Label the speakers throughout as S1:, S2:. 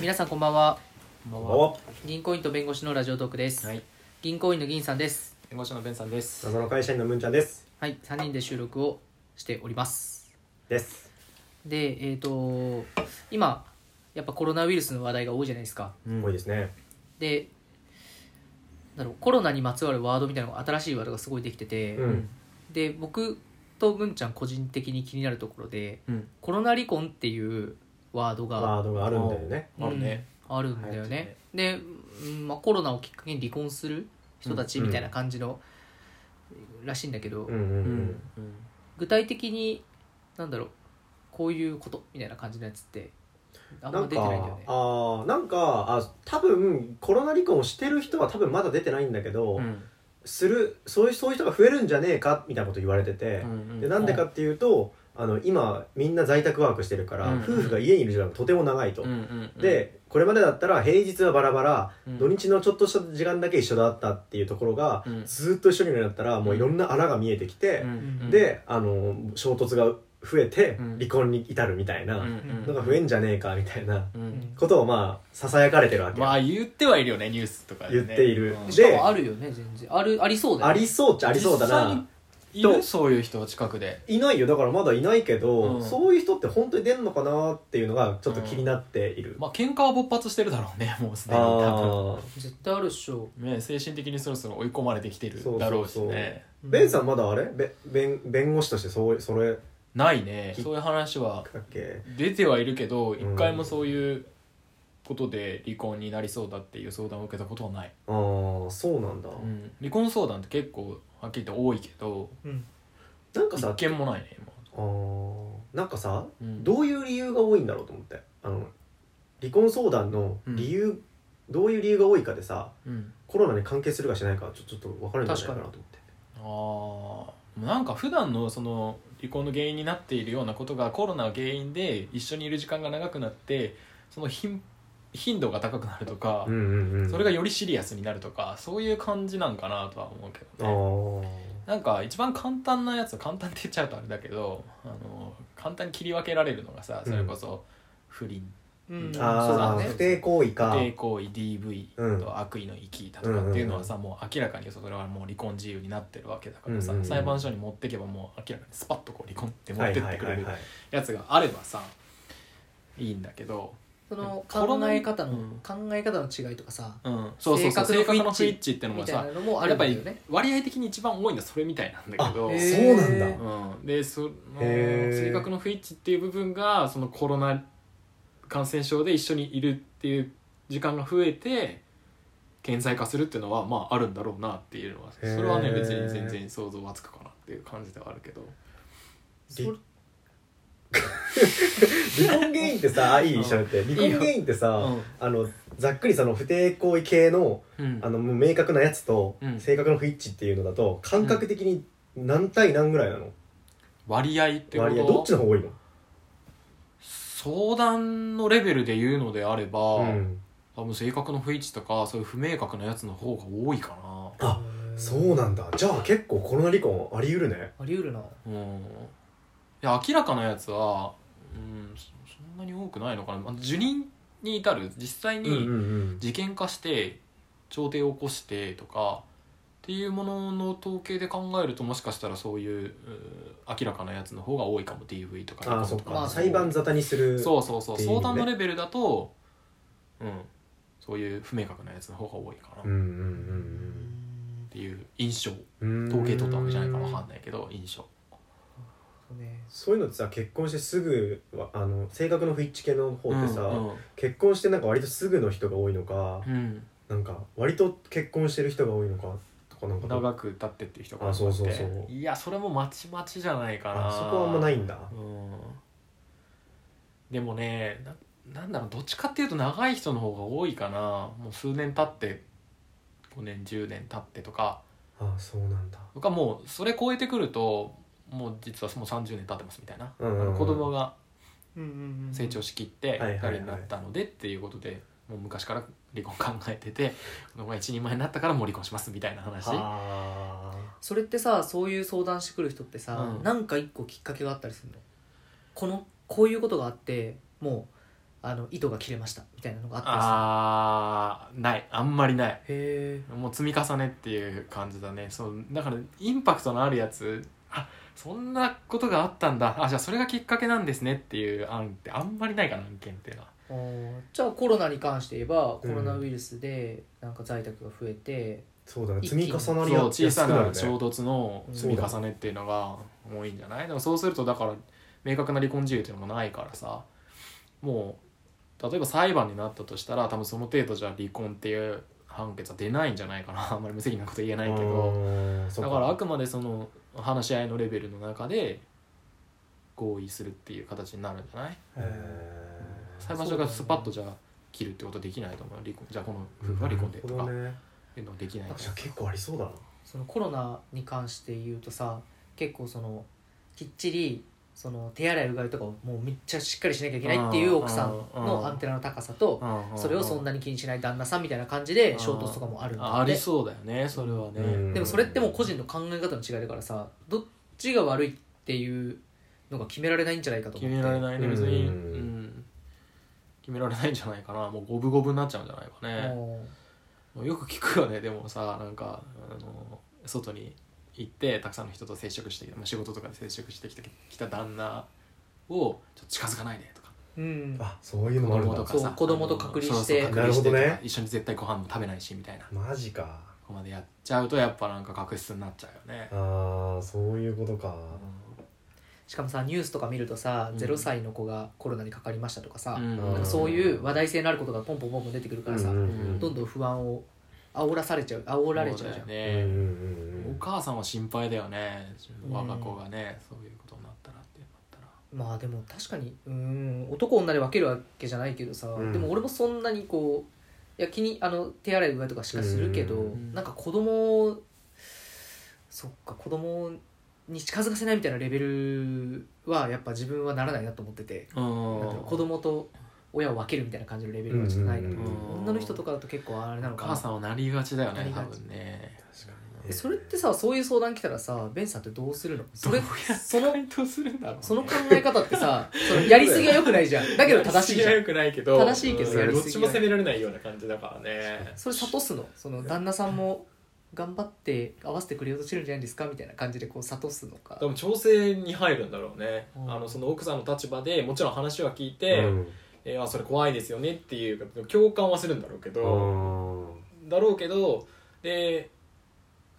S1: 皆さんこんばんは
S2: こんばんは
S3: お
S1: 銀行員と弁護士のラジオトークです、
S2: はい
S1: 銀行員の銀さんです
S2: 弁護士のベンさんです
S3: 謎の会社員のむんちゃんです
S1: はい3人で収録をしております
S3: です
S1: でえっ、と今やっぱコロナウイルスの話題が多いじゃないですか
S2: うん
S3: 多いですね
S1: でなんだろうコロナにまつわるワードみたいなのが新しいワードがすごいできてて、
S3: うん
S1: で僕と文ちゃん個人的に気になるところで
S2: うん
S1: コロナ離婚っていうワードが
S3: ワードがあるんだよね
S2: あるね
S1: うんあるんだよねで、うんまあ、コロナをきっかけに離婚する人たちみたいな感じの、らしいんだけど、
S3: うんうんう
S2: う
S3: ん
S1: 具体的になんだろうこういうことみたいな感じのやつってあん
S3: な
S1: ま
S3: ん
S1: 出てないんだ
S3: か
S1: よね
S3: あーなんかあ多分コロナ離婚をしてる人は多分まだ出てないんだけど、
S2: うん
S3: するそういうそういう人が増えるんじゃねえかみたいなこと言われてて、でなんでかっていうとあの今みんな在宅ワークしてるから、
S2: うん
S3: 夫婦が家にいる時間がとても長いと、
S2: うんうんうん
S3: でこれまでだったら平日はバラバラ、
S2: うん
S3: 土日のちょっとした時間だけ一緒だったっていうところが、
S2: うん
S3: ずーっと一緒にいるようになったらもういろんな穴が見えてきて、
S2: うんうん
S3: であの衝突が増えて
S2: うん
S3: 離婚に至るみたい
S2: うんう
S3: なんのが増えんじゃねえかみたいな
S2: う
S1: うんん
S3: ことをまあささやかれてるわけ、
S2: まあ言ってはいるよねニュースとかでね
S3: 言っている
S2: うん
S1: しか
S3: で
S1: もあるよね全然あるありそうだ
S3: あ
S1: よね
S3: りそうっちゃありそうだ
S2: 実際
S3: な
S2: にいる
S3: と
S2: そういう人近くで
S3: いないよだからまだいないけど、
S2: うん
S3: そういう人って本当に出んのかなっていうのがちょっと気になっている、
S2: まあ喧嘩は勃発してるだろうねもうすでに多
S3: ああ
S1: 絶対あるっしょ
S2: 分ね精神的にそろそろ追い込まれてきてるだろうし
S3: そうそう
S2: ね
S3: ベンさんまだあれべ弁弁護士としてそうそれだ
S2: ないねそういう話は
S3: っけ
S2: 出てはいるけど一
S3: ん
S2: 回もそういうことで離婚になりそうだっていう相談を受けたことはない
S3: ああそうなんだ、
S2: うん離婚相談って結構はっきり言って多いけど
S1: うん
S3: なんか
S2: 一
S3: さ
S2: 件もないね今
S3: あーなんかさ
S2: うん
S3: どういう理由が多いんだろうと思ってあの離婚相談の理由、どういう理由が多いかでさ
S2: うん
S3: コロナに関係するかしないかちょちょっと分かるんじゃないかなと思って
S2: ああなんか普段のその離婚の原因になっているようなことがコロナが原因で一緒にいる時間が長くなってその頻頻度が高くなるとか、
S3: うんうんうん
S2: それがよりシリアスになるとかそういう感じなんかなとは思うけ
S3: あ
S2: どね
S3: ー
S2: なんか一番簡単なやつ簡単って言っちゃうとあれだけどあの簡単に切り分けられるのがさそれこそ不倫、
S1: うん
S3: あー
S1: そうだ
S2: ね
S3: 不定行為か
S2: 不定行為 DV と悪意の域だとかっていうのはさ、もう明らかにそれはもう離婚自由になってるわけだからさ、
S3: うんうんうん
S2: 裁判所に持ってけばもう明らかにスパッとこう離婚って持
S3: は
S2: っ
S3: い
S2: てっ
S3: は
S2: て
S3: い
S2: く
S3: は
S2: れ
S3: い
S2: る
S3: はい
S2: やつがあればさいいんだけど、
S1: その
S2: コロ
S1: 考
S2: ナ
S1: え方の、
S2: うん
S1: 考え方の違いとかさ
S2: うん、そうそうそう
S1: 性
S2: 性
S1: 格
S2: 格
S1: の
S2: の
S1: 不
S2: 不
S1: 一
S2: 一致っての
S1: み
S2: も
S1: たい
S2: さ
S1: なのもあ
S2: や
S1: る
S2: っ
S1: ん
S2: ぱ
S1: だよ
S2: り
S1: ね
S2: 割合的に一番多いのはそれみたいなんだけど
S3: あ
S1: へー
S3: そうなんだ
S2: うん、でその
S3: へー
S2: 性格の不一致っていう部分がそのコロナ感染症で一緒にいるっていう時間が増えて顕在化するっていうのはまああるんだろうなっていうのはそ
S3: へー
S2: れはね別に全然想像はつくかなっていう感じではあるけど
S1: それ
S3: 離婚原因って さあいい喋って離婚原因って
S2: う
S3: さ
S2: ん
S3: あのざっくりその不定行為系の
S2: うん
S3: あのもう明確なやつと
S2: うん
S3: 性格の不一致っていうのだと感覚的に何対何ぐらいなの
S2: 割合ってこ
S3: 割合どっち
S2: と
S3: の方が多いの
S2: 相談のレベルで言うのであれば、
S3: うん
S2: 多分性格の不一致とかそういう不明確なやつの方が多いかな
S3: あそうなんだじゃあ結構コロナ離婚あり得るね
S1: あり得るな
S2: うんいや明らかなやつは、うん、そそんなに多くないのかなあの受任に至る実際
S3: うんう
S2: に
S3: んうん
S2: 事件化して調停を起こしてとかっていうものの統計で考えるともしかしたらそういううー明らかなやつの方が多いかも DV とか
S3: あー
S2: 離
S3: そ
S2: 婚
S3: っ
S2: と
S3: か、
S2: か
S3: 裁判沙汰にする
S2: そうそうそう
S3: っていうね
S2: 相談のレベルだとうんそういう不明確なやつの方が多いかなっ
S3: うんうん
S2: ていう印象
S3: うんうん
S2: 統計取ったわけじゃないから分か
S3: ら
S2: んないけど印象
S1: そうね
S3: そういうのってさ結婚してすぐはあの性格の不一致系の方ってさ、
S2: うん
S3: 結婚してなんか割とすぐの人が多いのか、
S2: うんうん
S3: なんか割と結婚してる人が多いのかとかなんか
S2: 長く経ってっていう人が多くて
S3: あそうそうそう
S2: いやそれもまちまちじゃないかな
S3: あそこはあんまないんだ
S2: うんでもねななんだろうどっちかっていうと長い人の方が多いかなもう数年経って5年10年経ってとか
S3: あそうなんだ
S2: とかもうそれ超えてくるともう実はもう30年経ってますみたいな、
S3: うんうんうん
S2: 子供が
S1: うんうんうん
S2: 成長しきって
S3: はいはい
S2: 2
S3: はい
S2: 人になったのでっていうことでもう昔から離婚考えてて 子供が一人前になったからもう離婚しますみたいな話
S3: あ
S1: それってさそういう相談してくる人ってさ、
S2: うん
S1: なんか一個きっかけがあったりするのこのこういうことがあってもうあの糸が切れましたみたいなのがあったりする
S2: あーないあんまりない
S1: へえ
S2: もう積み重ねっていう感じだねそうだからインパクトのあるやつあそんなことがあったんだあじゃあそれがきっかけなんですねっていう案ってあんまりないかな案件っていうのは
S1: じゃあコロナに関して言えばコ
S3: うん
S1: ロナウイルスでなんか在宅が増えて、
S3: そうだね
S1: 一気
S3: 積
S1: に
S3: み重なり
S2: そう
S3: や
S2: 小
S3: す
S2: さ
S3: くな
S2: な
S3: るね
S2: 衝突の積み重ねっていうのが多いんじゃないでもそうするとだから明確な離婚事由っていうのもないからさもう例えば裁判になったとしたら多分その程度じゃ離婚っていう判決は出ないんじゃないかなあんまり無責任なこと言えないけど
S3: うんそう
S2: だからあくまでその話し合いのレベルの中で合意するっていう形になるんじゃない
S3: へー
S2: 裁判所がスパッとじゃあ切るってことできないと思う離婚じゃあこの夫婦は離婚でとか
S3: なる
S2: っ
S3: ほどね
S2: ていうのはできない
S3: あじゃあ結構ありそうだな
S1: そのコロナに関して言うとさ結構そのきっちりその手洗いうがいとかをもうめっちゃしっかりしなきゃいけないっていう奥さんのアンテナの高さとそれをそん
S2: な
S1: なに気にしない旦那さんみたいな感じで衝突とかもあるんだって
S2: あありそうだよねそれは
S3: う
S2: ね、
S3: ん
S1: でもそれってもう個人の考え方の違いだからさどっちが悪いっていうのが決められないんじゃないかと
S2: 決
S1: 思って
S2: められないね別に、う
S3: うん
S2: ん決められないんじゃないかなもう五分五分になっちゃうんじゃないかね、
S1: も
S2: よく聞くよねでもさなんかあの外に行ってたくさんの人と接触してきた、まあ、仕事とかで接触してきたきた旦那をちょっと近づかないでとか
S1: ううん
S3: あそういうのもあるんだ
S1: かそう子供と隔離して
S2: そうそう隔離して
S3: なるほどね
S2: 一緒に絶対ご飯も食べないしみたいなこ
S3: マジか
S2: こまでやっちゃうとやっぱなんか確執になっちゃうよね、
S3: ああそういうことか
S1: しかもさニュースとか見るとさ
S2: うん
S1: 0歳の子がコロナにかかりましたとかさ、
S2: うん
S1: なんかそういう話題性のあることがポンポンポンポン出てくるからさ、
S3: うんうん
S2: うん
S1: どんどん不安を煽らされちゃう煽られちゃうじゃん
S2: そう
S1: う,、
S2: だ
S3: うんう
S2: よ
S3: ん
S2: ね
S3: うんうん
S2: お母さんは心配だよね
S1: うん
S2: 我が子がね、そういうことになったらってなったら
S1: まあでも確かにうん男女で分けるわけじゃないけどさ、
S3: うん
S1: でも俺もそんなにこういや気にあの手洗いうがいとかしかするけど、
S2: うん
S1: なんか子供をそっか子供に近づかせないみたいなレベルはやっぱ自分はならないなと思ってて、なんていうの子供と親を分けるみたいな感じのレベルはちょっとないなと思って、
S2: うん
S1: 女の人とかだと結構あれなの
S2: お
S1: か
S2: 母
S1: な
S2: さんはなりがちだよ
S1: な
S2: ね
S1: りが
S2: 多
S1: ち
S2: 分ね
S3: 確か
S1: えそれってさそういう相談来たらさベンさんってどうするのそ
S2: どう
S1: れ
S2: や
S1: その
S2: 回答するんだろう
S1: その考え方ってさそのやりすぎはよくないじゃんだけど正しいじゃん
S2: よくないけど
S1: 正しいけど
S2: うん
S1: やり
S2: ど
S1: す
S2: っ
S1: ぎ
S2: ちも責められないような感じだからね
S1: それ諭すのその旦那さんも頑張って合わせてくれようとしてるんじゃないですかみたいな感じでこう諭すのか
S2: でも調整に入るんだろうね、
S1: うん
S2: あのその奥さんの立場でもちろん話は聞いて、えーあそれ怖いですよねっていう共感はするんだろうけど、だろうけどで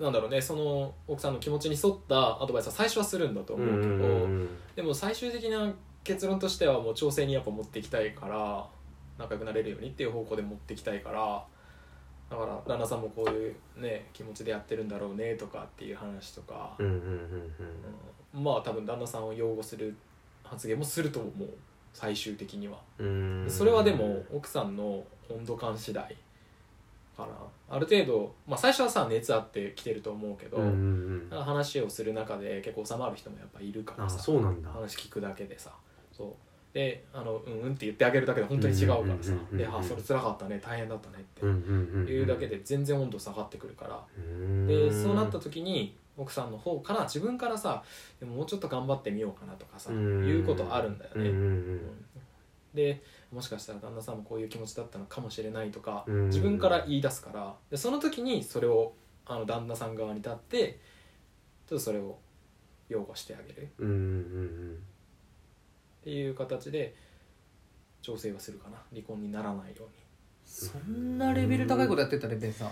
S2: なんだろうねその奥さんの気持ちに沿ったアドバイスは最初はするんだと思うけど、でも最終的な結論としてはもう調整にやっぱ持っていきたいから仲良くなれるようにっていう方向で持っていきたいからだから旦那さんもこういうね気持ちでやってるんだろうねとかっていう話とか、うんまあ多分旦那さんを擁護する発言もすると思う最終的には。それはでも奥さんの温度感次第かなある程度、まあ、最初はさ熱あってきてると思うけど、
S3: うんうんうん
S2: なんか話をする中で結構収まる人もやっぱいるか
S3: あ
S2: らさ
S3: そうなんだ
S2: 話聞くだけでさそうであのうんうんって言ってあげるだけで本当に違うからさ
S3: うんうんうんうんうん
S2: であそれ辛かったね大変だったね
S3: うん
S2: っ
S3: うんうんうん
S2: ていうだけで全然温度下がってくるから
S3: うん
S2: でそうなった時に奥さんの方から自分からさでももうちょっと頑張ってみようかなとかさ
S3: うん
S2: いうことあるんだよね
S3: うん
S2: でもしかしたら旦那さんもこういう気持ちだったのかもしれないとか
S3: うん
S2: 自分から言い出すからでその時にそれをあの旦那さん側に立ってちょっとそれを擁護してあげるっ
S3: うんうんうん
S2: ていう形で調整はするかな離婚にならないよ
S1: そんなレベル高いことやってたねベンさん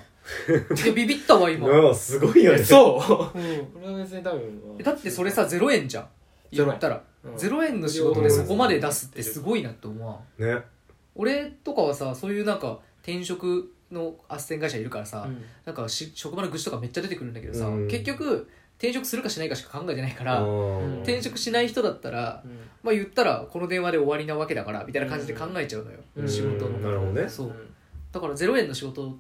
S1: いやビビったわ
S3: うん
S1: 今、
S3: うんうんすごいうよ
S2: に
S3: ね
S2: そう
S1: うん
S2: これは別に多分
S1: えだってそれさ0円じゃん
S2: ゼロ
S1: 言
S2: 円
S1: ったら
S2: うん
S1: 0円の仕事でそこまで出すってすごいなって思わん
S3: ね
S1: 俺とかはさそういうなんか転職の斡旋会社いるからさ、
S2: うん
S1: なんかし職場の愚痴とかめっちゃ出てくるんだけどさ、
S3: うん
S1: 結局転職するかしないかしか考えてないから、
S3: うん
S1: 転職しない人だったら
S2: うん
S1: まあ言ったらこの電話で終わりなわけだからみたいな感じで考えちゃうのよ、
S2: うん
S1: 仕事
S3: なる
S1: の
S3: ほどね
S1: そうだから0円の仕事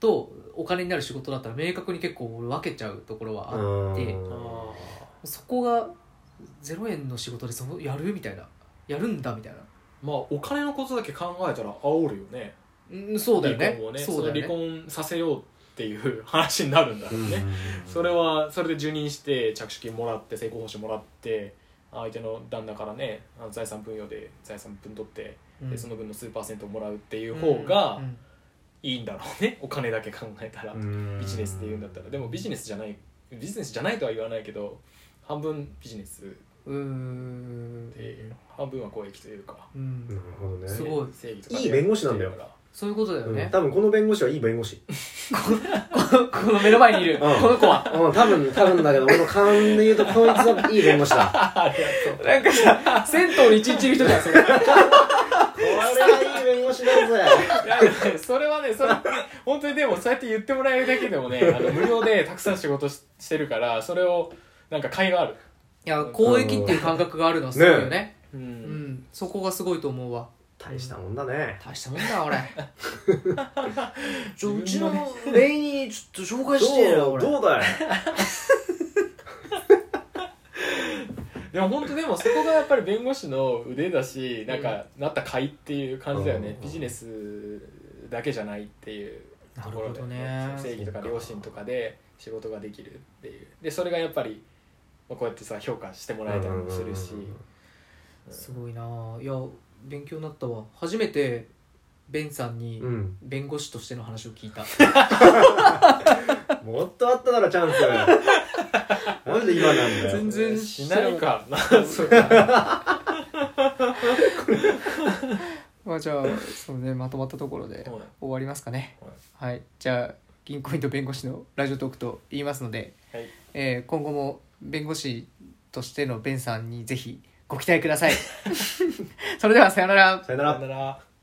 S1: とお金になる仕事だったら明確に結構俺分けちゃうところはあって
S2: う
S3: あ
S2: んあー
S1: そこが0円の仕事でそのやるみたいなやるんだみたいな
S2: まあお金のことだけ考えたら煽るよね
S1: うんそうだよね
S2: 離婚をね
S1: そうだよね
S2: その離婚させようっていう話になるんだろうね、それはそれで受任して着手金もらって成功報酬もらって相手の旦那からねあの財産分与で財産分取ってでその分の数パーセントをもらうっていう方がいいんだろうね、 お金だけ考えたら、ビジネスっていうんだったらでもビジネスじゃないビジネスじゃないとは言わないけど半分ビジネス
S1: うんうん
S2: で半分は公益というか
S1: うん
S3: なるほどね
S1: すごい
S2: 正義とか
S3: いい弁護士なんだよ
S2: やってるから
S1: そういうことだよ
S3: うん
S1: ね、
S3: 多分この弁護士はいい弁護士
S1: この目の前にいる、
S3: うん
S1: この子は
S3: うん多分多分だけど俺の勘で言うとこいつはいい弁護士 だ
S2: ありがとう
S1: なんかさ銭湯の一日いる人じゃんそれ
S3: これはいい弁護士だぜ
S2: いやでもねそれはねそれ 本当にでもそうやって言ってもらえるだけでもねあの無料でたくさん仕事ししてるからそれをなんか甲斐がある、
S1: いや交易っていう感覚があるのはすごいよね
S2: う、
S1: うんんそこがすごいと思うわ
S3: 大したもんだね
S1: 大したもんだ 俺ちょうち
S2: 自分の
S1: のレイにちょっと紹介してよ
S3: どう
S1: 俺
S3: どうだよ
S2: でも本当でもそこがやっぱり弁護士の腕だしなんかなった甲斐っていう感じだよね、
S3: うん
S2: ビジネスだけじゃないっていうところ
S1: なるほ
S2: で、
S1: どね
S2: 正義とか良心とかで仕事ができるっていうでそれがやっぱりまあこうやってさ評価してもらえたりもするし、
S1: すごいなあいや勉強になったわ初めてベンさんに
S3: うん
S1: 弁護士としての話を聞いた、
S3: もっとあったならチャン スなんで今なんだよ
S1: 全然
S2: しないかなそう
S1: まあじゃあそう、ね、まとまったところで終わりますかねはいじゃあ銀行員と弁護士のラジオトークと言いますので、
S2: はい
S1: えー今後も弁護士としてのベンさんにぜひご期待ください それではさようなら
S3: さよな
S2: さ
S3: ら
S2: よなら